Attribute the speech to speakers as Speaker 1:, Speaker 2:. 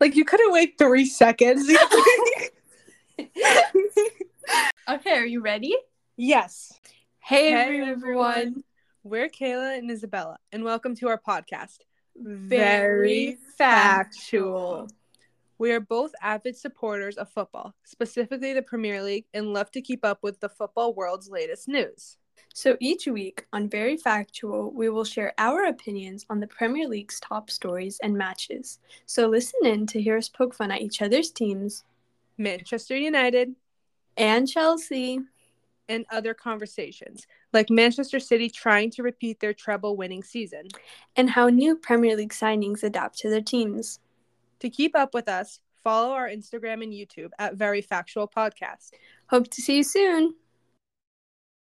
Speaker 1: Like you couldn't wait three seconds.
Speaker 2: Okay, are you ready?
Speaker 1: yes.
Speaker 2: Hey,
Speaker 1: Hey,
Speaker 2: everyone.
Speaker 1: everyone. We're Kayla and Isabella, and welcome to our podcast.
Speaker 2: Very
Speaker 1: factual. We are both avid supporters of football, specifically the Premier League, and love to keep up with the football world's latest news.
Speaker 2: So each week on Very Factual, we will share our opinions on the Premier League's top stories and matches. So listen in to hear us poke fun at each other's teams
Speaker 1: Manchester United
Speaker 2: and Chelsea.
Speaker 1: and other conversations, like Manchester City trying to repeat their treble winning season.
Speaker 2: and how new Premier League signings adapt to their teams.
Speaker 1: To keep up with us, follow our Instagram and YouTube at Very Factual Podcast.
Speaker 2: Hope to see you soon.